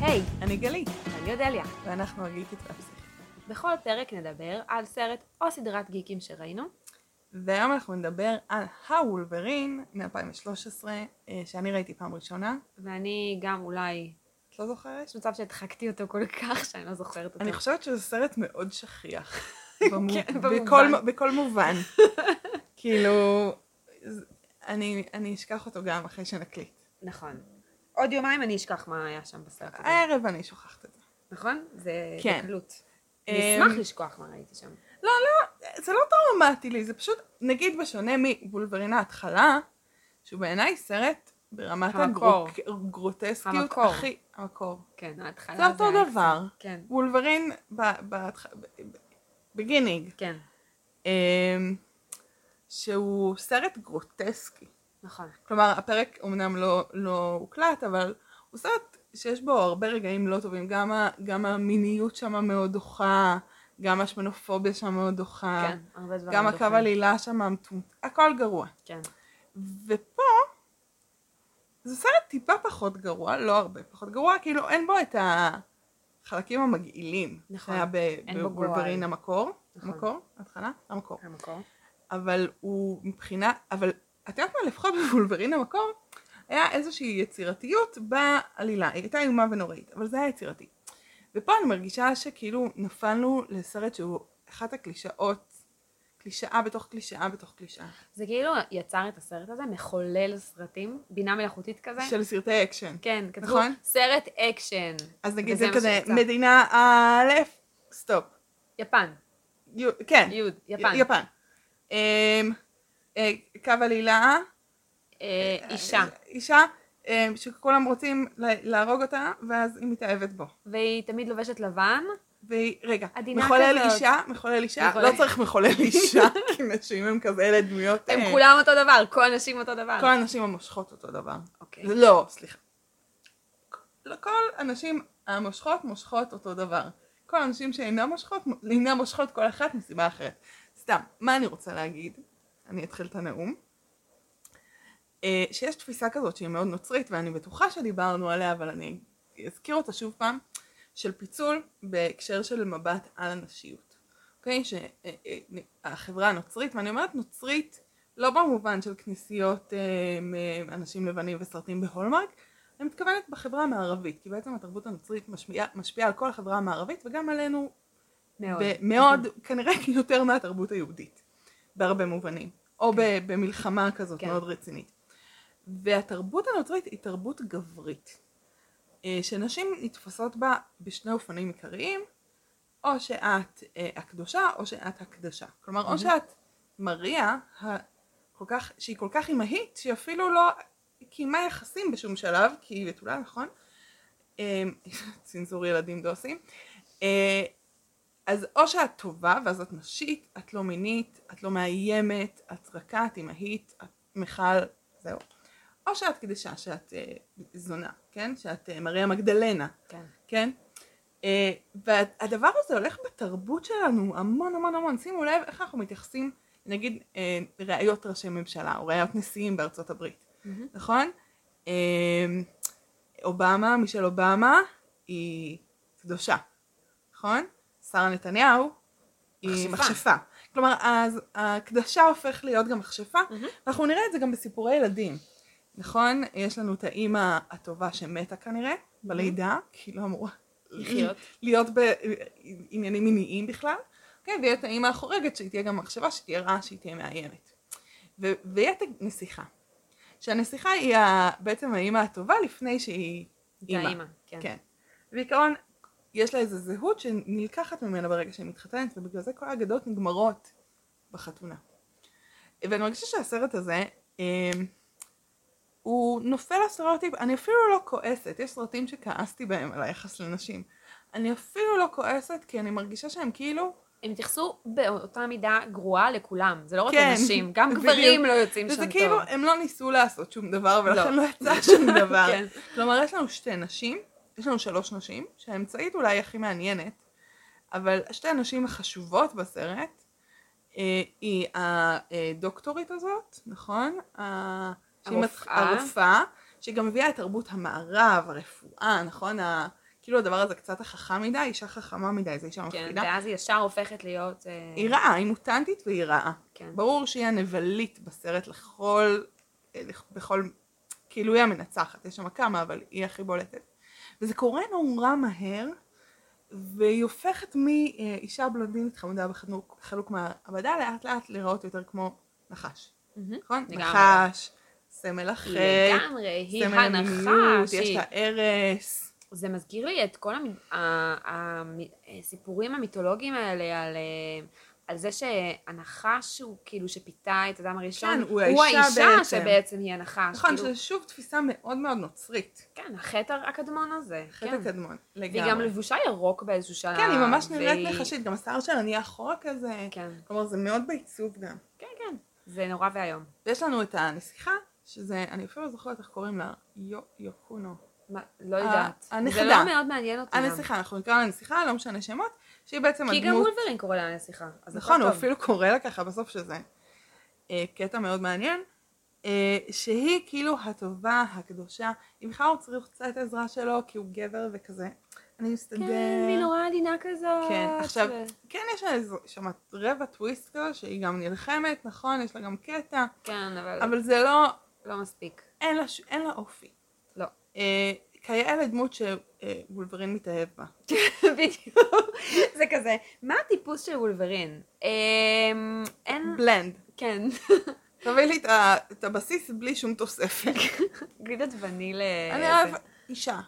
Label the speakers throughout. Speaker 1: היי,
Speaker 2: אני גלית,
Speaker 1: אני אודליה.
Speaker 2: ואנחנו הגיקית והפסיכית.
Speaker 1: בכל פרק נדבר על סרט או סדרת גיקים שראינו.
Speaker 2: והיום אנחנו נדבר על הוולברין מ-2013, אה, שאני ראיתי פעם ראשונה.
Speaker 1: ואני גם אולי,
Speaker 2: את לא זוכרת?
Speaker 1: יש מצב שהדחקתי אותו כל כך שאני לא זוכרת אותו.
Speaker 2: אני חושבת שזה סרט מאוד שכיח. במו-
Speaker 1: כן,
Speaker 2: בכל,
Speaker 1: במובן.
Speaker 2: בכל מובן. כאילו, ז- אני, אני אשכח אותו גם אחרי שנקליט.
Speaker 1: נכון. עוד יומיים אני אשכח מה היה שם בסרט הזה.
Speaker 2: הערב אני שוכחת את זה.
Speaker 1: נכון? זה
Speaker 2: אה. כן.
Speaker 1: בקלות.
Speaker 2: אמ,
Speaker 1: אני אשמח לשכוח מה ראיתי שם.
Speaker 2: לא, לא, זה לא טראומטי לי, זה פשוט, נגיד בשונה מבולברין ההתחלה, שהוא בעיניי סרט ברמת
Speaker 1: המקור.
Speaker 2: הגרוטסקיות
Speaker 1: המקור.
Speaker 2: הכי... המקור.
Speaker 1: כן, ההתחלה
Speaker 2: זה אותו
Speaker 1: היה-
Speaker 2: דבר.
Speaker 1: כן,
Speaker 2: וולברין ב- בהתח- ב- ב- בגינינג,
Speaker 1: כן,
Speaker 2: אמ, שהוא סרט גרוטסקי.
Speaker 1: נכון.
Speaker 2: כלומר, הפרק אמנם לא, לא הוקלט, אבל הוא סרט שיש בו הרבה רגעים לא טובים. גם, ה, גם המיניות שם מאוד דוחה, גם השמנופוביה שם מאוד דוחה,
Speaker 1: כן, הרבה דברים.
Speaker 2: אה. גם הקו
Speaker 1: דוחים.
Speaker 2: עלילה שם המטומט... הכל גרוע.
Speaker 1: כן,
Speaker 2: ופה, זה סרט טיפה פחות גרוע, לא הרבה פחות גרוע, כאילו אין בו את החלקים המגעילים.
Speaker 1: נכון.
Speaker 2: שהיה ב-
Speaker 1: אין בו גועל.
Speaker 2: בוולברין המקור,
Speaker 1: נכון.
Speaker 2: המקור, התחלה, המקור.
Speaker 1: המקור.
Speaker 2: אבל הוא מבחינה, אבל את יודעת מה, לפחות בוולברין המקור, היה איזושהי יצירתיות בעלילה, היא הייתה איומה ונוראית, אבל זה היה יצירתי. ופה אני מרגישה שכאילו נפלנו לסרט שהוא אחת הקלישאות, קלישאה בתוך קלישאה בתוך קלישאה,
Speaker 1: זה כאילו יצר את הסרט הזה, מחולל סרטים, בינה מלאכותית כזה.
Speaker 2: של סרטי אקשן.
Speaker 1: כן, כתבו
Speaker 2: נכון?
Speaker 1: סרט אקשן.
Speaker 2: אז נגיד
Speaker 1: וזה
Speaker 2: זה
Speaker 1: מה
Speaker 2: כזה,
Speaker 1: שיצא.
Speaker 2: מדינה א', סטופ.
Speaker 1: יפן,
Speaker 2: יו- כן,
Speaker 1: יוד, יפן.
Speaker 2: י- יפן. אמ, אה, קו עלילה.
Speaker 1: אה, אישה,
Speaker 2: אישה אה, שכולם רוצים ל- להרוג אותה, ואז היא מתאהבת בו.
Speaker 1: והיא תמיד לובשת לבן.
Speaker 2: אה. והיא, רגע,
Speaker 1: עדינה
Speaker 2: מחולל
Speaker 1: כזאת.
Speaker 2: אישה, מחולל אישה,
Speaker 1: מחולל.
Speaker 2: לא צריך מחולל אישה, כי נשים הם כזה אלה דמויות.
Speaker 1: הם
Speaker 2: אה,
Speaker 1: כולם אותו דבר, כל הנשים אותו דבר.
Speaker 2: כל הנשים המושכות אותו דבר.
Speaker 1: אוקיי.
Speaker 2: לא, סליחה. לא, כל הנשים המושכות מושכות אותו דבר. כל הנשים שאינן מושכות, אינן מושכות כל אחת מסיבה אחרת. סתם, מה אני רוצה להגיד? אני אתחיל את הנאום. אה, שיש תפיסה כזאת שהיא מאוד נוצרית, ואני בטוחה שדיברנו עליה, אבל אני אזכיר אותה שוב פעם, של פיצול בהקשר של מבט על הנשיות. אוקיי? שהחברה הנוצרית, ואני אומרת נוצרית לא במובן של כנסיות אה, מ- אנשים לבנים וסרטים בהולמרק, אני מתכוונת בחברה המערבית, כי בעצם התרבות הנוצרית משפיעה משפיעה על כל החברה המערבית וגם עלינו
Speaker 1: מאוד.
Speaker 2: ב- מאוד, כנראה יותר מהתרבות היהודית, בהרבה מובנים, או ב- במלחמה כזאת
Speaker 1: כן.
Speaker 2: מאוד רצינית. והתרבות הנוצרית היא תרבות גברית, אה, שנשים נתפסות בה בשני אופנים עיקריים, או שאת אה, הקדושה, או שאת הקדשה. כלומר, או שאת מריה, ה- כל כך, שהיא כל כך אימהית, שהיא אפילו לא קיימה יחסים בשום שלב, כי היא בתולה, נכון? אה, צנזור ילדים דוסים. אה, אז או שאת טובה ואז את נשית, את לא מינית, את לא מאיימת, את רכה, את אימהית, את מיכל, זהו. או שאת קדשה, שאת אה, זונה, כן? שאת אה, מריה מגדלנה,
Speaker 1: כן.
Speaker 2: כן? אה, והדבר הזה הולך בתרבות שלנו המון המון המון. שימו לב איך אנחנו מתייחסים, נגיד, אה, ראיות ראשי ממשלה או ראיות נשיאים בארצות הברית,
Speaker 1: מהמם.
Speaker 2: נכון? אה, אובמה, מישל אובמה, היא קדושה, נכון? שרה נתניהו, היא
Speaker 1: מכשפה.
Speaker 2: מכשפה. כלומר, אז הקדשה הופך להיות גם מכשפה, אנחנו נראה את זה גם בסיפורי ילדים. נכון? יש לנו את האימא הטובה שמתה כנראה, בלידה, כי לא אמורה
Speaker 1: לחיות.
Speaker 2: להיות בעניינים מיניים בכלל, כן, ויהיה את האימא החורגת שהיא תהיה גם מחשבה, שהיא תהיה רעה, שהיא תהיה מאיימת. ו- ויהיה את הנסיכה. שהנסיכה היא ה- בעצם האימא הטובה לפני שהיא
Speaker 1: זה
Speaker 2: אימא.
Speaker 1: האימא. כן.
Speaker 2: כן. בעיקרון, יש לה איזו זהות שנלקחת ממנה ברגע שהיא מתחתנת, ובגלל זה כל האגדות נגמרות בחתונה. ואני מרגישה שהסרט הזה, אה, הוא נופל לסטריאוטיפ, אני אפילו לא כועסת, יש סרטים שכעסתי בהם על היחס לנשים. אני אפילו לא כועסת, כי אני מרגישה שהם כאילו...
Speaker 1: הם התייחסו באותה מידה גרועה לכולם. זה לא רק
Speaker 2: כן,
Speaker 1: לנשים, גם
Speaker 2: בדיוק.
Speaker 1: גברים לא יוצאים שם
Speaker 2: וזה
Speaker 1: טוב.
Speaker 2: כאילו, הם לא ניסו לעשות שום דבר, ולכן
Speaker 1: לא.
Speaker 2: לא יצא שום דבר.
Speaker 1: כן.
Speaker 2: כלומר, יש לנו שתי נשים, יש לנו שלוש נשים, שהאמצעית אולי הכי מעניינת, אבל שתי הנשים החשובות בסרט, אה, היא הדוקטורית הזאת, נכון? ה- שהיא מת-
Speaker 1: הרופאה.
Speaker 2: הרופאה, שגם הביאה את תרבות המערב, הרפואה, נכון? ה- כאילו הדבר הזה קצת החכם מדי, אישה חכמה מדי, זו אישה
Speaker 1: כן,
Speaker 2: מפחידה.
Speaker 1: ואז היא ישר הופכת להיות... אה,
Speaker 2: היא רעה, היא מוטנטית והיא רעה.
Speaker 1: כן.
Speaker 2: ברור שהיא הנבלית בסרט לכל, אה, לכ- בכל, כאילו היא המנצחת, יש שם כמה, אבל היא הכי בולטת. וזה קורה נורא מהר, והיא הופכת מאישה בלונדינית חמודה בחנוק- חלוק מעבדה, לאט לאט להיראות יותר כמו נחש.
Speaker 1: מהמם.
Speaker 2: נכון?
Speaker 1: לגמרי.
Speaker 2: נחש, סמל
Speaker 1: היא
Speaker 2: החטא,
Speaker 1: לגמרי, היא
Speaker 2: סמל
Speaker 1: הנחש.
Speaker 2: המיניות, יש
Speaker 1: היא-
Speaker 2: לה ארס.
Speaker 1: זה מזכיר לי את כל המ- ה- המ- הסיפורים המיתולוגיים האלה על... אה, על זה שהנחש הוא כאילו שפיתה את אדם הראשון,
Speaker 2: כן, הוא
Speaker 1: הוא
Speaker 2: האישה
Speaker 1: האישה
Speaker 2: בעצם.
Speaker 1: שבעצם היא הנחש.
Speaker 2: נכון,
Speaker 1: כאילו,
Speaker 2: שזו שוב תפיסה מאוד מאוד נוצרית.
Speaker 1: כן, החטא הקדמון הזה.
Speaker 2: חטא
Speaker 1: כן.
Speaker 2: הקדמון, לגמרי.
Speaker 1: והיא גם לבושה ירוק באיזשהו שלב.
Speaker 2: כן, היא ממש נראית
Speaker 1: והיא-
Speaker 2: נחשית, גם השיער שלה נהיה אחורה כזה.
Speaker 1: כן,
Speaker 2: כלומר, זה מאוד בעיצוב גם.
Speaker 1: כן, כן. זה נורא ואיום.
Speaker 2: ויש לנו את הנסיכה, שזה, אני אפילו לא זוכרת איך קוראים לה, יו, יוקונו.
Speaker 1: מה, לא יודעת.
Speaker 2: הנכדה.
Speaker 1: זה לא מאוד מעניין אותי.
Speaker 2: הנסיכה, אנחנו נקרא לה הנסיכה, לא משנה שמות, שהיא בעצם
Speaker 1: כי גם
Speaker 2: הדמות,
Speaker 1: וולברין קורא לה הנסיכה. אז הכל
Speaker 2: נכון, הוא
Speaker 1: טוב.
Speaker 2: אפילו קורא לה ככה בסוף שזה אה, קטע מאוד מעניין, אה, שהיא כאילו הטובה, הקדושה, היא בכלל לא צריכה את העזרה שלו, כי הוא גבר וכזה, אני מסתדר.
Speaker 1: כן, היא נורא עדינה כזאת.
Speaker 2: כן, עכשיו,
Speaker 1: ו-
Speaker 2: כן יש לה איזו- שם רבע טוויסט כזה, שהיא גם נלחמת, נכון, יש לה גם קטע,
Speaker 1: כן, אבל
Speaker 2: אבל זה לא,
Speaker 1: לא מספיק.
Speaker 2: אין לה, ש- אין לה אופי.
Speaker 1: לא.
Speaker 2: אה, כיאה לדמות שוולברין מתאהב בה.
Speaker 1: בדיוק. זה כזה. מה הטיפוס של וולברין? אמ, אין...
Speaker 2: בלנד.
Speaker 1: כן.
Speaker 2: תביא לי את ה- את הבסיס בלי שום תוספת.
Speaker 1: גלידת וניל...
Speaker 2: אני
Speaker 1: אה,
Speaker 2: אוהב אישה.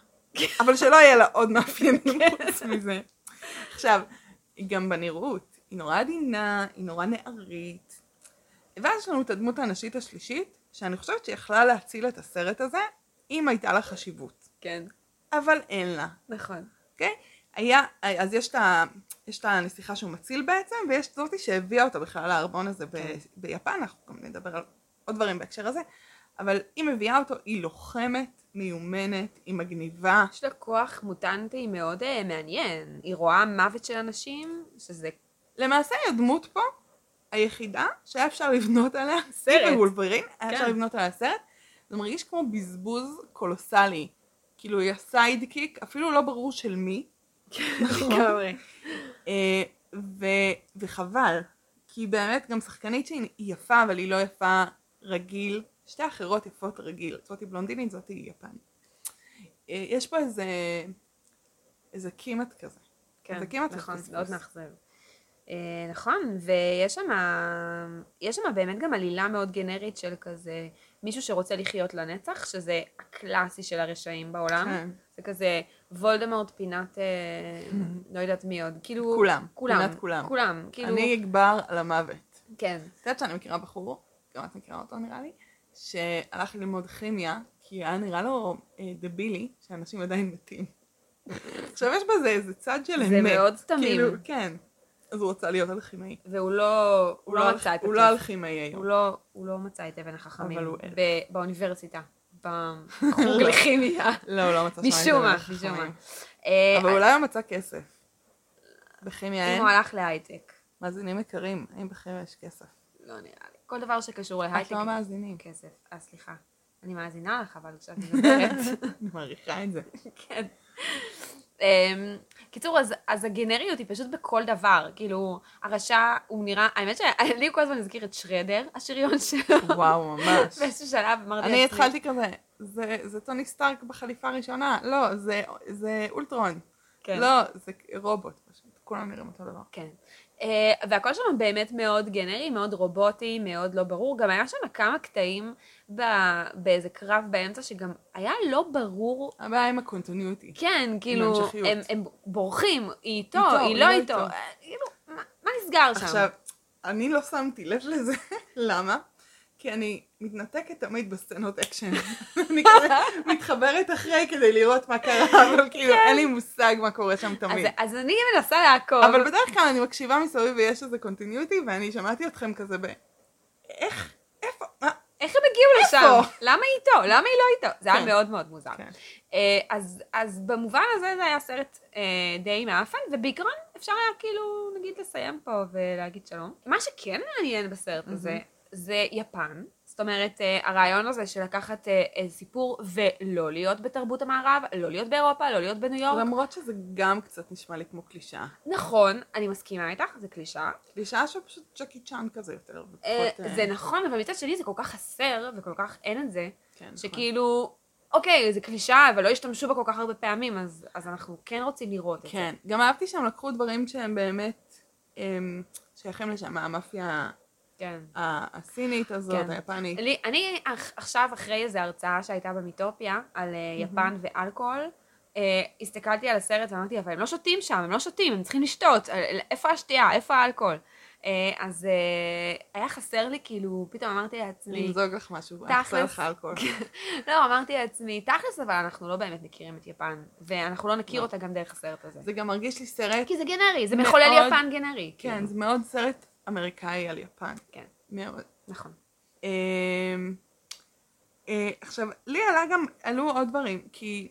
Speaker 2: אבל שלא יהיה לה עוד מאפיינים חוץ מזה. עכשיו, היא גם בנראות, היא נורא עדינה, היא נורא נערית. ואז יש לנו את הדמות הנשית השלישית, שאני חושבת שיכלה להציל את הסרט הזה, אם הייתה לה חשיבות.
Speaker 1: כן,
Speaker 2: אבל אין לה.
Speaker 1: נכון.
Speaker 2: אוקיי? היה, אז יש את, ה, יש את הנסיכה שהוא מציל בעצם, ויש את זאתי שהביאה אותה בכלל לארמון הזה ב,
Speaker 1: כן.
Speaker 2: ביפן, אנחנו גם נדבר על עוד דברים בהקשר הזה, אבל היא מביאה אותו, היא לוחמת, מיומנת, היא מגניבה,
Speaker 1: יש לה כוח מוטנטי מאוד אה, מעניין. היא רואה מוות של אנשים, שזה
Speaker 2: למעשה היא הדמות פה, היחידה, שהיה אפשר לבנות עליה,
Speaker 1: סרט.
Speaker 2: היא ווולברין, היה
Speaker 1: כן.
Speaker 2: אפשר לבנות עליה סרט, זה מרגיש כמו בזבוז קולוסלי, כאילו היא הסיידקיק, אפילו לא ברור של מי, נכון.
Speaker 1: לגמרי.
Speaker 2: אה, ו, וחבל, כי היא באמת גם שחקנית שהיא היא יפה, אבל היא לא יפה רגיל. שתי אחרות יפות רגיל, זאתי בלונדינית, זאתי יפנית. אה, יש פה איזה, איזה קימת כזה.
Speaker 1: כן,
Speaker 2: זה כמעט
Speaker 1: נכון,
Speaker 2: פספוס.
Speaker 1: מאוד מאכזב. אה, נכון, ויש שם יש שם באמת גם עלילה מאוד גנרית של כזה מישהו שרוצה לחיות לנצח, שזה הקלאסי של הרשעים בעולם.
Speaker 2: כן.
Speaker 1: זה כזה וולדמורט פינת, אה, לא יודעת מי עוד, כאילו...
Speaker 2: כולם,
Speaker 1: כולם,
Speaker 2: פינת כולם.
Speaker 1: כולם, כאילו...
Speaker 2: אני אגבר על המוות.
Speaker 1: כן,
Speaker 2: את יודעת שאני מכירה בחור, גם את מכירה אותו נראה לי, שהלך ללמוד כימיה, כי היה נראה לו אה, דבילי, שאנשים עדיין מתים. עכשיו יש בזה איזה צד של
Speaker 1: זה
Speaker 2: אמת.
Speaker 1: מאוד תמים.
Speaker 2: כאילו, כן. אז הוא רצה להיות אלכימאי.
Speaker 1: והוא לא, הוא לא
Speaker 2: אל-
Speaker 1: מצא את
Speaker 2: הוא
Speaker 1: הכיף.
Speaker 2: לא אלכימאי היום.
Speaker 1: הוא לא, הוא לא מצא את אבן החכמים.
Speaker 2: אבל הוא ער.
Speaker 1: ב- באוניברסיטה. בחוג לכימיה.
Speaker 2: לא, הוא לא מצא שם את
Speaker 1: משום מה,
Speaker 2: החכמים.
Speaker 1: משום מה. אה,
Speaker 2: אבל אולי הוא מצא כסף. בכימיה
Speaker 1: אם
Speaker 2: אין.
Speaker 1: הוא הלך להייטק.
Speaker 2: מאזינים יקרים, האם בכימיה יש כסף?
Speaker 1: לא נראה לי. כל דבר שקשור
Speaker 2: את
Speaker 1: להייטק.
Speaker 2: לא מאזינים.
Speaker 1: כסף. אה, סליחה. אני מאזינה לך, אבל כשאת מדברת.
Speaker 2: אני מעריכה את זה.
Speaker 1: כן. אמ, קיצור, אז, אז הגנריות היא פשוט בכל דבר. כאילו, הרשע, הוא נראה... האמת שאני כל הזמן אזכיר את שרדר, השריון שלו.
Speaker 2: וואו, ממש.
Speaker 1: באיזשהו שלב אמרתי
Speaker 2: אני התחלתי כזה, "זה- זה טוני סטארק בחליפה הראשונה, לא, זה- זה אולטרון.
Speaker 1: כן.
Speaker 2: לא, זה רובוט פשוט, כולם נראים אותו דבר.
Speaker 1: כן. אה, והכל שם באמת מאוד גנרי, מאוד רובוטי, מאוד לא ברור. גם היה שם כמה קטעים ב... באיזה קרב באמצע, שגם היה לא ברור
Speaker 2: הבעיה עם הקונטיניוטי.
Speaker 1: כן, כאילו,
Speaker 2: המשכיות.
Speaker 1: הם, הם בורחים, היא איתו,
Speaker 2: איתו,
Speaker 1: היא לא איתו. אה, כאילו, מה, מה נסגר שם?
Speaker 2: עכשיו, אני לא שמתי לב לזה, למה? כי אני מתנתקת תמיד בסצנות אקשן. אני כזה מתחברת אחרי כדי לראות מה קרה, אבל כאילו אין לי מושג מה קורה שם
Speaker 1: כן. אז,
Speaker 2: תמיד.
Speaker 1: אז אני מנסה לעקוב.
Speaker 2: אבל בדרך כלל אני מקשיבה מסביב ויש איזה קונטיניוטי, ואני שמעתי אתכם כזה ב... איך? איפה? מה?
Speaker 1: איך הם הגיעו לשם? למה היא איתו? למה היא לא איתו? זה היה
Speaker 2: כן.
Speaker 1: מאוד מאוד מוזר.
Speaker 2: כן.
Speaker 1: אה, אז, אז במובן הזה זה היה סרט אה, די מאפן, ובעיקרון אפשר היה כאילו, נגיד, לסיים פה ולהגיד שלום. מה שכן מעניין בסרט הזה, זה יפן. זאת זאת אומרת, אה, הרעיון הזה של לקחת אה, איזה סיפור ולא להיות בתרבות המערב, לא להיות באירופה, לא להיות בניו יורק.
Speaker 2: למרות שזה גם קצת נשמע לי כמו קלישאה.
Speaker 1: נכון, אני מסכימה איתך, זה קלישאה.
Speaker 2: קלישאה שפשוט ג'קי צ'אן כזה יותר. ופחות,
Speaker 1: אה,
Speaker 2: אה,
Speaker 1: זה נכון, אבל מצד שני זה כל כך חסר, וכל כך אין את זה,
Speaker 2: כן, נכון.
Speaker 1: שכאילו, אוקיי, זה קלישאה, אבל לא השתמשו בה כל כך הרבה פעמים, אז אז אנחנו כן רוצים לראות את זה.
Speaker 2: כן, גם אהבתי שהם לקחו דברים שהם באמת אמ, שייכים לשם, המאפיה
Speaker 1: כן.
Speaker 2: ה- הסינית הזאת,
Speaker 1: כן.
Speaker 2: היפנית.
Speaker 1: לי, אני אח- עכשיו, אחרי איזו הרצאה שהייתה במיטופיה על אה, יפן ואלכוהול, אה, הסתכלתי על הסרט ואמרתי, אבל הם לא שותים שם, הם לא שותים, הם צריכים לשתות, אה, איפה השתייה, איפה האלכוהול? אה, אז אה, היה חסר לי, כאילו, פתאום אמרתי לעצמי,
Speaker 2: למזוג לך משהו, אני חסר
Speaker 1: תכלס.
Speaker 2: לך אלכוהול.
Speaker 1: לא, אמרתי לעצמי, תכלס, אבל אנחנו לא באמת מכירים את יפן, ואנחנו לא נכיר
Speaker 2: לא.
Speaker 1: אותה גם דרך הסרט הזה.
Speaker 2: זה גם מרגיש לי סרט,
Speaker 1: כי זה גנרי, זה
Speaker 2: מאוד-
Speaker 1: מחולל יפן גנרי.
Speaker 2: כן,
Speaker 1: כאילו.
Speaker 2: זה מאוד סרט אמריקאי על יפן.
Speaker 1: כן.
Speaker 2: מאוד.
Speaker 1: נכון.
Speaker 2: אמ, אה, עכשיו, לי עלה גם, עלו עוד דברים, כי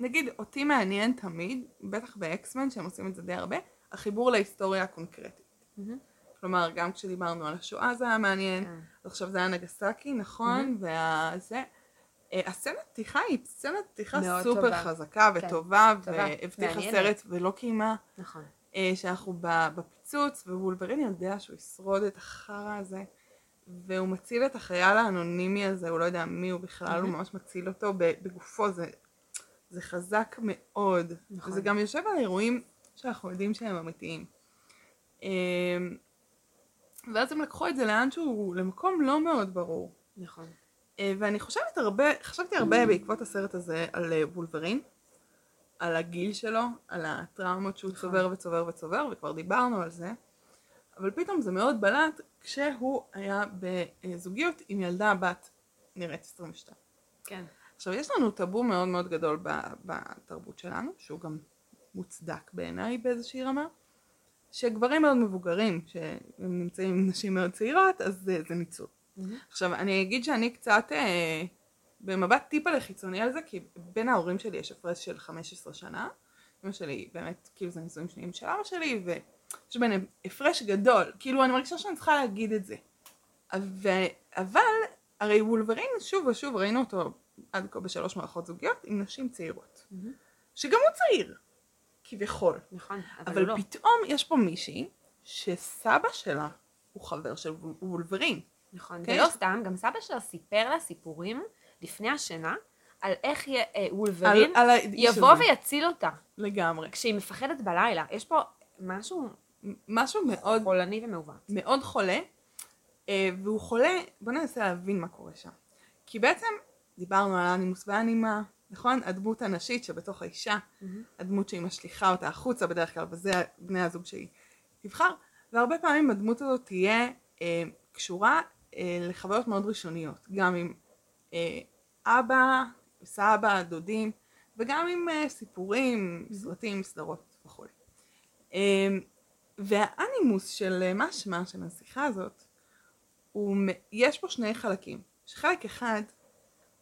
Speaker 2: נגיד אותי מעניין תמיד, בטח באקסמן, שהם עושים את זה די הרבה, החיבור להיסטוריה הקונקרטית.
Speaker 1: מהמם.
Speaker 2: כלומר, גם כשדיברנו על השואה זה היה מעניין,
Speaker 1: כן.
Speaker 2: אז עכשיו זה היה נגסקי, נכון, וזה... הסצנת פתיחה היא סצנת פתיחה
Speaker 1: מאוד
Speaker 2: סופר
Speaker 1: טובה.
Speaker 2: חזקה
Speaker 1: כן.
Speaker 2: וטובה,
Speaker 1: טובה,
Speaker 2: והבטיחה
Speaker 1: מעניינת.
Speaker 2: סרט ולא קיימה,
Speaker 1: נכון.
Speaker 2: אה, שאנחנו ב- בפיצוץ, ווולברין יודע שהוא ישרוד את החרא הזה, והוא מציל את החייל האנונימי הזה, הוא לא יודע מי הוא בכלל, הוא
Speaker 1: מהמם.
Speaker 2: ממש מציל אותו ב- בגופו, זה, זה חזק מאוד.
Speaker 1: נכון.
Speaker 2: וזה גם יושב על אירועים שאנחנו יודעים שהם אמיתיים. אה, ואז הם לקחו את זה לאן שהוא, למקום לא מאוד ברור.
Speaker 1: נכון.
Speaker 2: אה, ואני חושבת הרבה, חשבתי הרבה בעקבות הסרט הזה על אה, וולברין, על הגיל שלו, על הטראומות שהוא צובר וצובר וצובר, וכבר דיברנו על זה, אבל פתאום זה מאוד בלט כשהוא היה בזוגיות עם ילדה בת נראית 22.
Speaker 1: כן.
Speaker 2: עכשיו, יש לנו טאבו מאוד מאוד גדול ב- בתרבות שלנו, שהוא גם מוצדק בעיניי באיזושהי רמה, שגברים מאוד מבוגרים, שהם נמצאים עם נשים מאוד צעירות, אז זה, זה ניצול.
Speaker 1: מהמם.
Speaker 2: עכשיו, אני אגיד שאני קצת אה, במבט טיפה לחיצוני על זה, כי בין ההורים שלי יש הפרש של 15 שנה. אמא שלי, באמת, כאילו זה נישואים שניים של אבא שלי, ויש ביניהם הפרש גדול. כאילו, אני מרגישה שאני צריכה להגיד את זה. ו... אבל, הרי וולברין, שוב ושוב ראינו אותו עד כה בשלוש מערכות זוגיות עם נשים צעירות.
Speaker 1: מהמם.
Speaker 2: שגם הוא צעיר, כביכול.
Speaker 1: נכון. אבל הוא
Speaker 2: אבל
Speaker 1: לא.
Speaker 2: פתאום יש פה מישהי שסבא שלה הוא חבר של וול- וולברין.
Speaker 1: נכון,
Speaker 2: אוקיי?
Speaker 1: ולא סתם, גם סבא שלה סיפר לה סיפורים לפני השינה על איך י- אה, וולברין
Speaker 2: על- על האיש
Speaker 1: יבוא
Speaker 2: הזה.
Speaker 1: ויציל אותה
Speaker 2: לגמרי.
Speaker 1: כשהיא מפחדת בלילה. יש פה משהו
Speaker 2: משהו מאוד
Speaker 1: חולני ומעוות.
Speaker 2: מאוד חולה, אה, והוא חולה, בוא ננסה להבין מה קורה שם. כי בעצם דיברנו על האנימוס והאנימה, נכון? הדמות הנשית שבתוך האישה, הדמות שהיא משליכה אותה החוצה בדרך כלל, וזה בני הזוג שהיא תבחר, והרבה פעמים הדמות הזאת תהיה אה, קשורה אה, לחוויות מאוד ראשוניות, גם עם אה, אבא, סבא, דודים, וגם עם אה, סיפורים, סרטים, סדרות וכו'. אמ, והאנימוס של אה, מה שמה של הנסיכה הזאת, הוא, מ- יש פה שני חלקים. שחלק אחד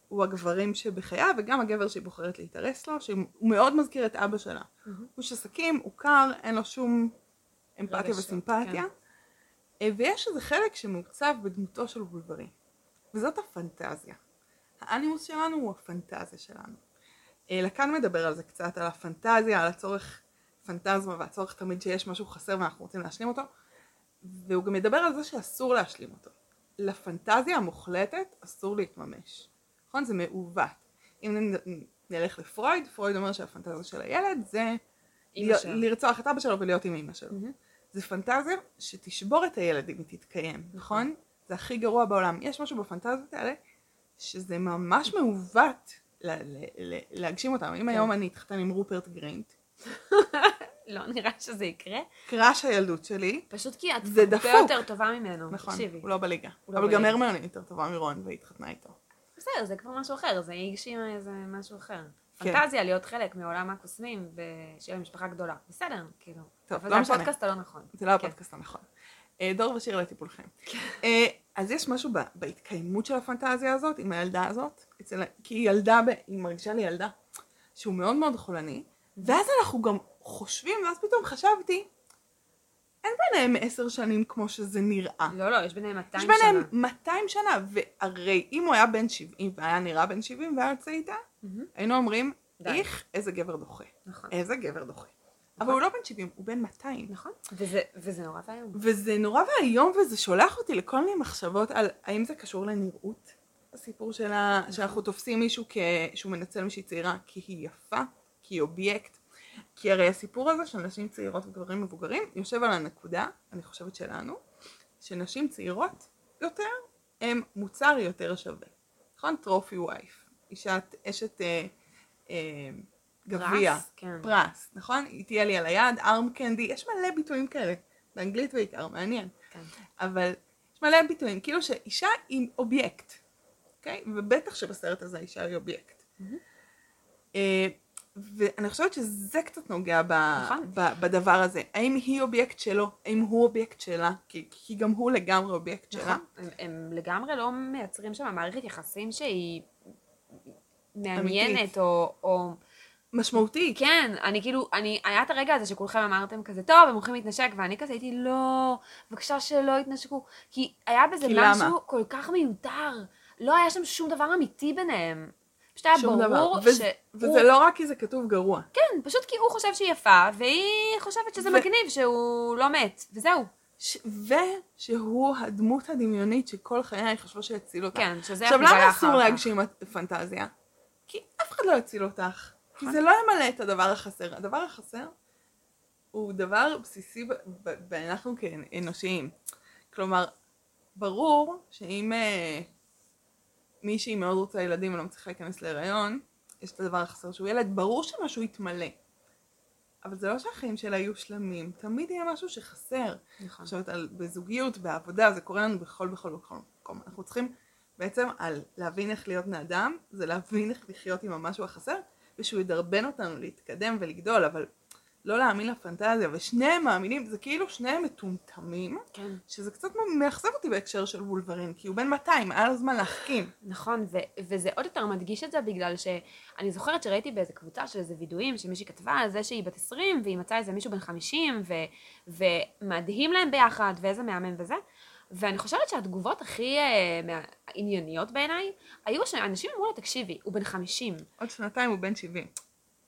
Speaker 2: הוא הגברים שבחיה וגם הגבר שהיא בוחרת להתארס לו, שהוא מאוד מזכיר את אבא שלה. Mm-hmm.
Speaker 1: מהמם.
Speaker 2: הוא איש עסקים, הוא קר, אין לו שום אמפתיה
Speaker 1: רגשות,
Speaker 2: וסימפתיה. אה, ויש איזה חלק שמעוצב בדמותו של בולברי. וזאת הפנטזיה. האנימוס שלנו הוא הפנטזיה שלנו. אה, לקאן מדבר על זה קצת, על הפנטזיה, על הצורך פנטזמה והצורך תמיד שיש משהו חסר ואנחנו רוצים להשלים אותו, והוא גם מדבר על זה שאסור להשלים אותו. לפנטזיה המוחלטת אסור להתממש. נכון? זה מעוות. אם נ- נלך לפרויד, פרויד אומר שהפנטזיה של הילד זה
Speaker 1: אמא
Speaker 2: להיות-
Speaker 1: שלו.
Speaker 2: לרצוח את אבא שלו ולהיות עם אמא שלו.
Speaker 1: מהמם.
Speaker 2: זה פנטזיה שתשבור את הילד אם היא תתקיים, נכון? זה הכי גרוע בעולם. יש משהו בפנטזיות האלה שזה ממש מעוות ל- ל- ל- להגשים אותם.
Speaker 1: כן.
Speaker 2: אם היום אני אתחתן עם רופרט גרינט,
Speaker 1: לא נראה שזה יקרה,
Speaker 2: קראש הילדות שלי,
Speaker 1: פשוט כי את
Speaker 2: זה
Speaker 1: הרבה
Speaker 2: דפוק.
Speaker 1: יותר טובה ממנו.
Speaker 2: נכון,
Speaker 1: תקשיבי.
Speaker 2: הוא לא בליגה.
Speaker 1: הוא לא
Speaker 2: אבל גם
Speaker 1: בליגה.
Speaker 2: הרמיוני יותר טובה מרון והיא התחתנה איתו.
Speaker 1: בסדר, זה כבר משהו אחר, זה היא הגשימה איזה משהו אחר.
Speaker 2: כן.
Speaker 1: פנטזיה להיות חלק מעולם הקוסמים ו- של המשפחה גדולה. בסדר, כאילו.
Speaker 2: טוב,
Speaker 1: אבל
Speaker 2: לא
Speaker 1: זה
Speaker 2: משנה.
Speaker 1: הפודקאסט הלא נכון.
Speaker 2: זה לא
Speaker 1: כן.
Speaker 2: הפודקאסט הנכון. אה, דור ושיר לטיפולכם. אה, אז יש משהו ב- בהתקיימות של הפנטזיה הזאת, עם הילדה הזאת, אצל, ה- כי היא ילדה, ב- היא מרגישה לי ילדה, שהוא מאוד מאוד חולני, ואז אנחנו גם חושבים, ואז פתאום חשבתי, אין ביניהם עשר שנים כמו שזה נראה.
Speaker 1: לא, לא, יש ביניהם 200
Speaker 2: אה. יש
Speaker 1: שנה.
Speaker 2: ביניהם 200 שנה, והרי אם הוא היה בן 70 והיה נראה בן 70 והיה יוצא איתה, היינו אומרים,
Speaker 1: די. אוקיי.
Speaker 2: איך, איזה גבר דוחה.
Speaker 1: נכון.
Speaker 2: איזה גבר דוחה. אבל הוא לא בן 70, הוא בן 200.
Speaker 1: נכון. וזה, וזה נורא ואיום.
Speaker 2: וזה נורא ואיום וזה שולח אותי לכל מיני מחשבות על האם זה קשור לנראות, הסיפור שלה, שאנחנו תופסים מישהו כ... שהוא מנצל מישהי צעירה כי היא יפה, כי היא אובייקט. כי הרי הסיפור הזה של נשים צעירות וגברים מבוגרים יושב על הנקודה, אני חושבת שלנו, שנשים צעירות יותר הן מוצר יותר שווה. נכון? טרופי וייף. אישת, אשת אה, אה, גביע.
Speaker 1: פרס, כן.
Speaker 2: פרס, נכון? היא תהיה לי על היד, ארם קנדי, יש מלא ביטויים כאלה, באנגלית בעיקר, מעניין.
Speaker 1: כן.
Speaker 2: אבל יש מלא ביטויים, כאילו שאישה היא אובייקט, אוקיי? ובטח שבסרט הזה האישה היא אובייקט. אה, ואני חושבת שזה קצת נוגע ב,
Speaker 1: נכון.
Speaker 2: ב, בדבר הזה. האם היא אובייקט שלו? האם הוא אובייקט שלה? כי, כי גם הוא לגמרי אובייקט שלה.
Speaker 1: נכון. הם, הם לגמרי לא מייצרים שם מערכת יחסים שהיא מעניינת,
Speaker 2: אמיתית.
Speaker 1: או, או...
Speaker 2: משמעותי.
Speaker 1: כן, אני כאילו, אני, היה את הרגע הזה שכולכם אמרתם כזה, טוב, הם הולכים להתנשק, ואני כזה הייתי, לא, בבקשה שלא יתנשקו, כי היה בזה
Speaker 2: כי למה?
Speaker 1: משהו כל כך מיותר. לא היה שם שום דבר אמיתי ביניהם. פשוט היה
Speaker 2: שום דבר.
Speaker 1: ברור
Speaker 2: וזה-
Speaker 1: שהוא
Speaker 2: וזה לא רק כי זה כתוב גרוע.
Speaker 1: כן, פשוט כי הוא חושב שהיא יפה, והיא חושבת שזה
Speaker 2: ו-
Speaker 1: מגניב שהוא לא מת, וזהו.
Speaker 2: ש... ושהוא הדמות הדמיונית שכל חיי היא חשבה שיציל אותה.
Speaker 1: כן, שזה
Speaker 2: עכשיו,
Speaker 1: החזרה
Speaker 2: למה
Speaker 1: אחר
Speaker 2: אסור
Speaker 1: כך.
Speaker 2: להגשים פנטזיה? כי אף אחד לא יציל אותך. כי זה לא ימלא את הדבר החסר. הדבר החסר הוא דבר בסיסי ב- ב- באנחנו כאנושיים. כלומר, ברור שאם אה, מישהי מאוד רוצה ילדים ולא מצליחה להיכנס להיריון, יש את הדבר החסר שהוא ילד, ברור שמשהו יתמלא. אבל זה לא שהחיים שלה יהיו שלמים, תמיד יהיה משהו שחסר.
Speaker 1: נכון.
Speaker 2: חושבת על בזוגיות, בעבודה, זה קורה לנו בכל בכל בכל מקום. אנחנו צריכים בעצם על להבין איך להיות בני אדם, זה להבין איך לחיות עם המשהו החסר, ושהוא ידרבן אותנו להתקדם ולגדול, אבל לא להאמין לפנטזיה, ושניהם מאמינים, זה כאילו שניהם מטומטמים,
Speaker 1: כן.
Speaker 2: שזה קצת מאכזב אותי בהקשר של וולברין, כי הוא בן 200, היה לו זמן להחכים.
Speaker 1: נכון, ו- וזה עוד יותר מדגיש את זה בגלל שאני זוכרת שראיתי באיזה קבוצה של איזה וידואים שמישהי כתבה על זה שהיא בת 20 והיא מצאה איזה מישהו בן 50 ו- ומדהים להם ביחד ואיזה מהמם וזה. ואני חושבת שהתגובות הכי uh, ענייניות בעיניי היו שאנשים אמרו לה תקשיבי, הוא בן 50.
Speaker 2: עוד שנתיים הוא בן 70.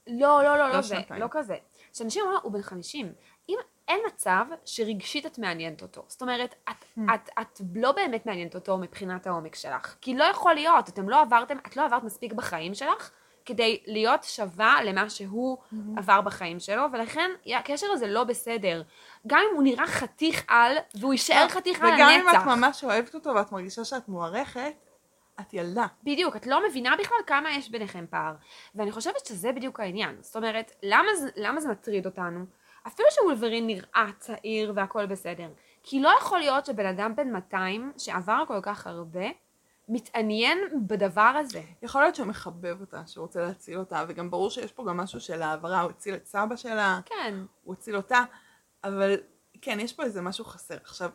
Speaker 1: לא, לא, לא,
Speaker 2: לא
Speaker 1: לא זה,
Speaker 2: שנתיים.
Speaker 1: לא כזה. שאנשים אמרו לה הוא בן 50. אם אין מצב שרגשית את מעניינת אותו. זאת אומרת,
Speaker 2: Hmm.
Speaker 1: את, את, את לא באמת מעניינת אותו מבחינת העומק שלך. כי לא יכול להיות, אתם לא עברתם, את לא עברת מספיק בחיים שלך כדי להיות שווה למה שהוא
Speaker 2: Hmm.
Speaker 1: עבר בחיים שלו, ולכן הקשר הזה לא בסדר. גם אם הוא נראה חתיך על, והוא יישאר חתיך על
Speaker 2: לא, וגם אם
Speaker 1: הנצח.
Speaker 2: את ממש אוהבת אותו ואת מרגישה שאת מוערכת, את ילדה.
Speaker 1: בדיוק, את לא מבינה בכלל כמה יש ביניכם פער. ואני חושבת שזה בדיוק העניין. זאת אומרת, למה זה, למה זה מטריד אותנו? אפילו שוולברין נראה צעיר והכל בסדר. כי לא יכול להיות שבן אדם בן 200, שעבר כל כך הרבה, מתעניין בדבר הזה.
Speaker 2: יכול להיות שהוא מחבב אותה, שהוא רוצה להציל אותה, וגם ברור שיש פה גם משהו של העברה, הוא הציל את סבא שלה,
Speaker 1: כן,
Speaker 2: הוא הציל אותה, אבל כן, יש פה איזה משהו חסר. עכשיו,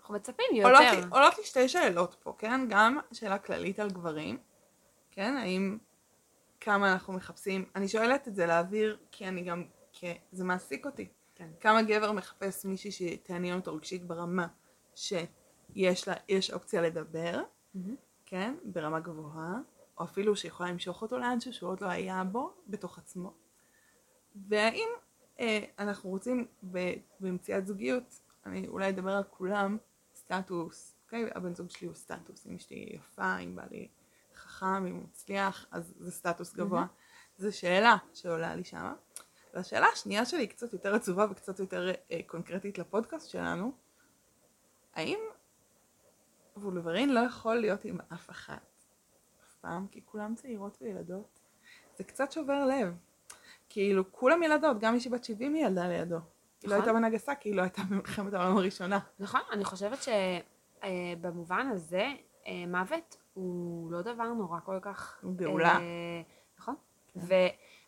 Speaker 1: אנחנו מצפים יותר.
Speaker 2: עולות לי, עולות לי שתי שאלות פה, כן? גם שאלה כללית על גברים, כן? האם כמה אנחנו מחפשים? אני שואלת את זה לאוויר, כי אני גם, כי זה מעסיק אותי.
Speaker 1: כן.
Speaker 2: כמה גבר מחפש מישהי שתעניין אותו רגשית ברמה שיש לה, יש אופציה לדבר,
Speaker 1: מהמם.
Speaker 2: כן? ברמה גבוהה, או אפילו שיכולה למשוך אותו לאנשהו שהוא עוד לא היה בו, בתוך עצמו. והאם אה, אנחנו רוצים ב- במציאת זוגיות, אני אולי אדבר על כולם, סטטוס, אוקיי? הבן זוג שלי הוא סטטוס, אם אשתי יפה, אם בעלי חכם, אם הוא מצליח, אז זה סטטוס גבוה. זו שאלה שעולה לי שמה. והשאלה השנייה שלי היא קצת יותר עצובה וקצת יותר אה, קונקרטית לפודקאסט שלנו. האם וולברין לא יכול להיות עם אף אחת? אף פעם, כי כולם צעירות וילדות. זה קצת שובר לב. כאילו, כולם ילדות, גם מישהי בת 70 היא ילדה לידו. היא לא
Speaker 1: נכון.
Speaker 2: הייתה בנגסקי, היא לא הייתה במלחמת העולם הראשונה.
Speaker 1: נכון, אני חושבת שבמובן הזה, אה, מוות הוא לא דבר נורא כל כך...
Speaker 2: הוא גאולה.
Speaker 1: אה, נכון. ו-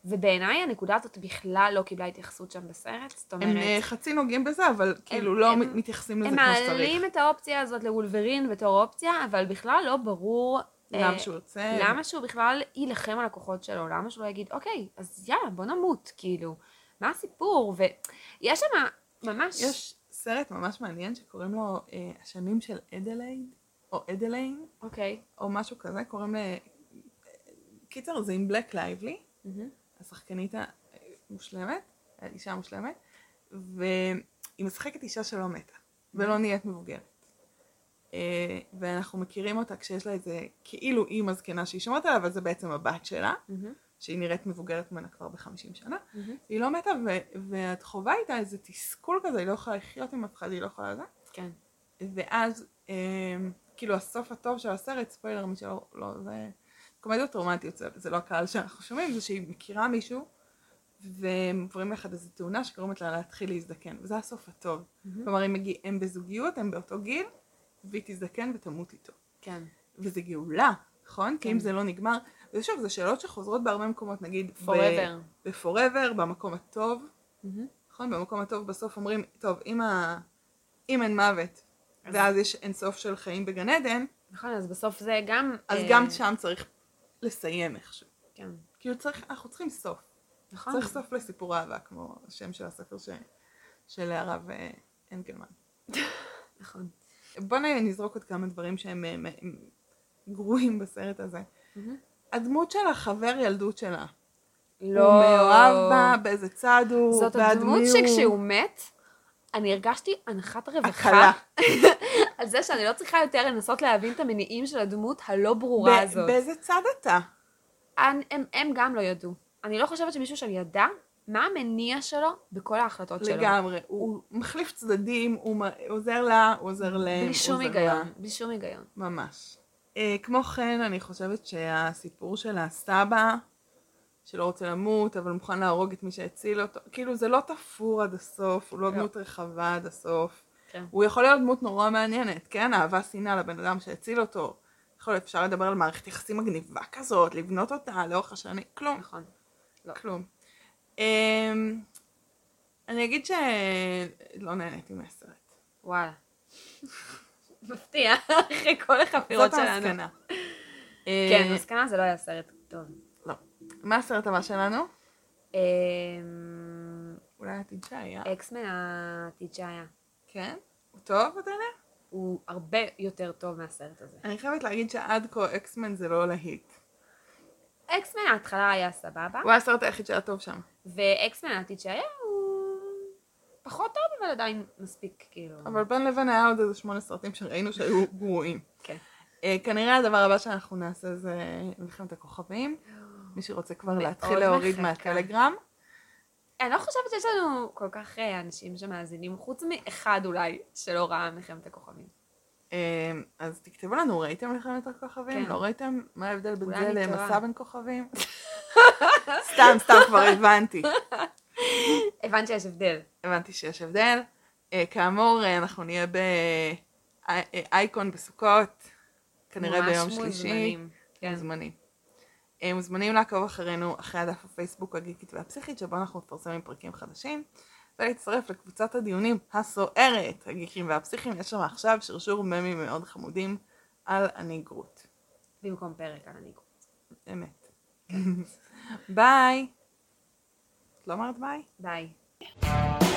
Speaker 1: ובעיניי הנקודה הזאת בכלל לא קיבלה התייחסות שם בסרט, זאת
Speaker 2: הם אה,
Speaker 1: אומרת,
Speaker 2: חצי נוגעים בזה, אבל כאילו לא
Speaker 1: הם-
Speaker 2: מתייחסים לזה
Speaker 1: הם
Speaker 2: כמו שצריך.
Speaker 1: מעלים את האופציה הזאת לוולברין בתור אופציה, אבל בכלל לא ברור אה,
Speaker 2: למה שהוא יוצא?
Speaker 1: למה שהוא בכלל יילחם על הכוחות שלו, למה שהוא לא יגיד, אוקיי, אז יאללה, בוא נמות, כאילו, מה הסיפור? ויש שם ממש...
Speaker 2: יש ס- סרט ממש מעניין שקוראים לו אה, השנים של אדלייד, או אדליין,
Speaker 1: אוקיי.
Speaker 2: או משהו כזה, קוראים ל... קיצר, זה עם בלק לייבלי,
Speaker 1: מהמם.
Speaker 2: השחקנית המושלמת, האישה המושלמת, והיא משחקת אישה שלא מתה, ולא נהיית מבוגרת. אה, ואנחנו מכירים אותה כשיש לה איזה, כאילו אימא זקנה שהיא שומעת עליה, אבל זה בעצם הבת שלה,
Speaker 1: מהמם.
Speaker 2: שהיא נראית מבוגרת ממנה כבר בחמישים שנה.
Speaker 1: מהמם.
Speaker 2: היא לא מתה, ו- ואת חווה איתה איזה תסכול כזה, היא לא יכולה לחיות עם אף אחד, היא לא יכולה זה.
Speaker 1: כן.
Speaker 2: ואז, אמ, כאילו הסוף הטוב של הסרט, ספוילר, מי שלא, לא, זה קומדיות רומנטיות, זה, זה לא הקהל שאנחנו שומעים, זה שהיא מכירה מישהו, והם עוברים יחד איזו תאונה שגורמת לה להתחיל להזדקן, וזה הסוף הטוב.
Speaker 1: מהמם.
Speaker 2: כלומר, הם, מגיע, הם בזוגיות, הם באותו גיל, והיא תזדקן ותמות איתו.
Speaker 1: כן.
Speaker 2: וזה גאולה, נכון? כי אם
Speaker 1: כן.
Speaker 2: זה לא נגמר, ושוב, זה שאלות שחוזרות בהרבה מקומות, נגיד,
Speaker 1: Forever.
Speaker 2: ב-forever, במקום הטוב.
Speaker 1: מהמם.
Speaker 2: נכון? במקום הטוב בסוף אומרים, טוב, אם, ה... אם אין מוות, ואז יש אין סוף של חיים בגן עדן,
Speaker 1: נכון, אז בסוף זה גם...
Speaker 2: אז
Speaker 1: אה,
Speaker 2: גם שם צריך לסיים איכשהו.
Speaker 1: כן.
Speaker 2: כאילו צריך, אנחנו צריכים סוף.
Speaker 1: נכון.
Speaker 2: צריך סוף לסיפור אהבה, כמו השם של הספר ש... של הרב אה, אנגלמן.
Speaker 1: נכון.
Speaker 2: בוא נ- נזרוק עוד כמה דברים שהם אה, מ- גרועים בסרט הזה.
Speaker 1: מהמם.
Speaker 2: הדמות של החבר ילדות שלה.
Speaker 1: לא.
Speaker 2: הוא מאוהב בה, באיזה צד הוא,
Speaker 1: זאת
Speaker 2: בעד
Speaker 1: הדמות
Speaker 2: מי הוא.
Speaker 1: שכשהוא מת, אני הרגשתי אנחת רווחה
Speaker 2: הקלה.
Speaker 1: על זה שאני לא צריכה יותר לנסות להבין את המניעים של הדמות הלא ברורה
Speaker 2: ב-
Speaker 1: הזאת.
Speaker 2: באיזה צד אתה?
Speaker 1: אנ- הם- הם גם לא ידעו. אני לא חושבת שמישהו שם ידע מה המניע שלו בכל ההחלטות שלו.
Speaker 2: לגמרי, הוא מחליף צדדים, הוא מ- עוזר לה, הוא עוזר להם,
Speaker 1: בלי שום
Speaker 2: עוזר
Speaker 1: היגיון, בלי שום היגיון.
Speaker 2: לה. ממש. אה, כמו כן, אני חושבת שהסיפור של הסבא, שלא רוצה למות, אבל מוכן להרוג את מי שהציל אותו, כאילו זה לא תפור עד הסוף, הוא לא
Speaker 1: לא.
Speaker 2: דמות רחבה עד הסוף.
Speaker 1: כן.
Speaker 2: הוא יכול להיות דמות נורא מעניינת, כן? אהבה, שנאה לבן אדם שהציל אותו. יכול, אפשר לדבר על מערכת יחסים מגניבה כזאת, לבנות אותה לאורך השנים, כלום.
Speaker 1: נכון.
Speaker 2: כלום. אמ, אני אגיד שלא נהניתי מהסרט.
Speaker 1: וואלה. מפתיע, אחרי כל החפירות
Speaker 2: זאת
Speaker 1: שלנו.
Speaker 2: המסקנה.
Speaker 1: כן,
Speaker 2: אה,
Speaker 1: מסקנה זה לא היה סרט טוב.
Speaker 2: לא. מה הסרט הבא שלנו?
Speaker 1: אמ,
Speaker 2: אולי העתיד שהיה.
Speaker 1: אקסמן העתיד שהיה.
Speaker 2: כן? הוא טוב, אתה יודע?
Speaker 1: הוא הרבה יותר טוב מהסרט הזה.
Speaker 2: אני חייבת להגיד שעד כה אקסמן זה לא להיט.
Speaker 1: אקסמן ההתחלה היה סבבה,
Speaker 2: הוא היה הסרט היחיד שהיה טוב שם.
Speaker 1: ואקסמן העתיד שהיה הוא פחות טוב, אבל עדיין מספיק, כאילו.
Speaker 2: אבל בין לבין היה עוד איזה שמונה סרטים שראינו שהיו גרועים.
Speaker 1: כן.
Speaker 2: אה, כנראה הדבר הבא שאנחנו נעשה זה מלחמת הכוכבים. מי שרוצה כבר
Speaker 1: מאוד
Speaker 2: להתחיל להוריד
Speaker 1: מחכה.
Speaker 2: מהטלגרם.
Speaker 1: אני לא חושבת שיש לנו כל כך אה, אנשים שמאזינים, חוץ מאחד אולי, שלא ראה מלחמת הכוכבים.
Speaker 2: אמ, אז תכתבו לנו, ראיתם מלחמת הכוכבים?
Speaker 1: כן.
Speaker 2: לא ראיתם? מה ההבדל בין
Speaker 1: אולי
Speaker 2: זה
Speaker 1: אני טועה.
Speaker 2: למסע בין כוכבים? סתם, סתם, כבר הבנתי.
Speaker 1: הבנתי שיש הבדל.
Speaker 2: הבנתי שיש הבדל. אה, כאמור, אה, אנחנו נהיה באייקון בסוכות, כנראה
Speaker 1: ממש
Speaker 2: ביום שלישי.
Speaker 1: מוזמנים. כן.
Speaker 2: מוזמנים. אה, מוזמנים לעקוב אחרינו אחרי הדף הפייסבוק הגיקית והפסיכית, שבו אנחנו מפרסמים פרקים חדשים, ולהצטרף לקבוצת הדיונים הסוערת, הגיקים והפסיכים, יש שם עכשיו שרשור ממים מאוד חמודים על הנגרות.
Speaker 1: במקום פרק על הניגוד.
Speaker 2: אמת. ביי. את לא אמרת ביי?
Speaker 1: ביי.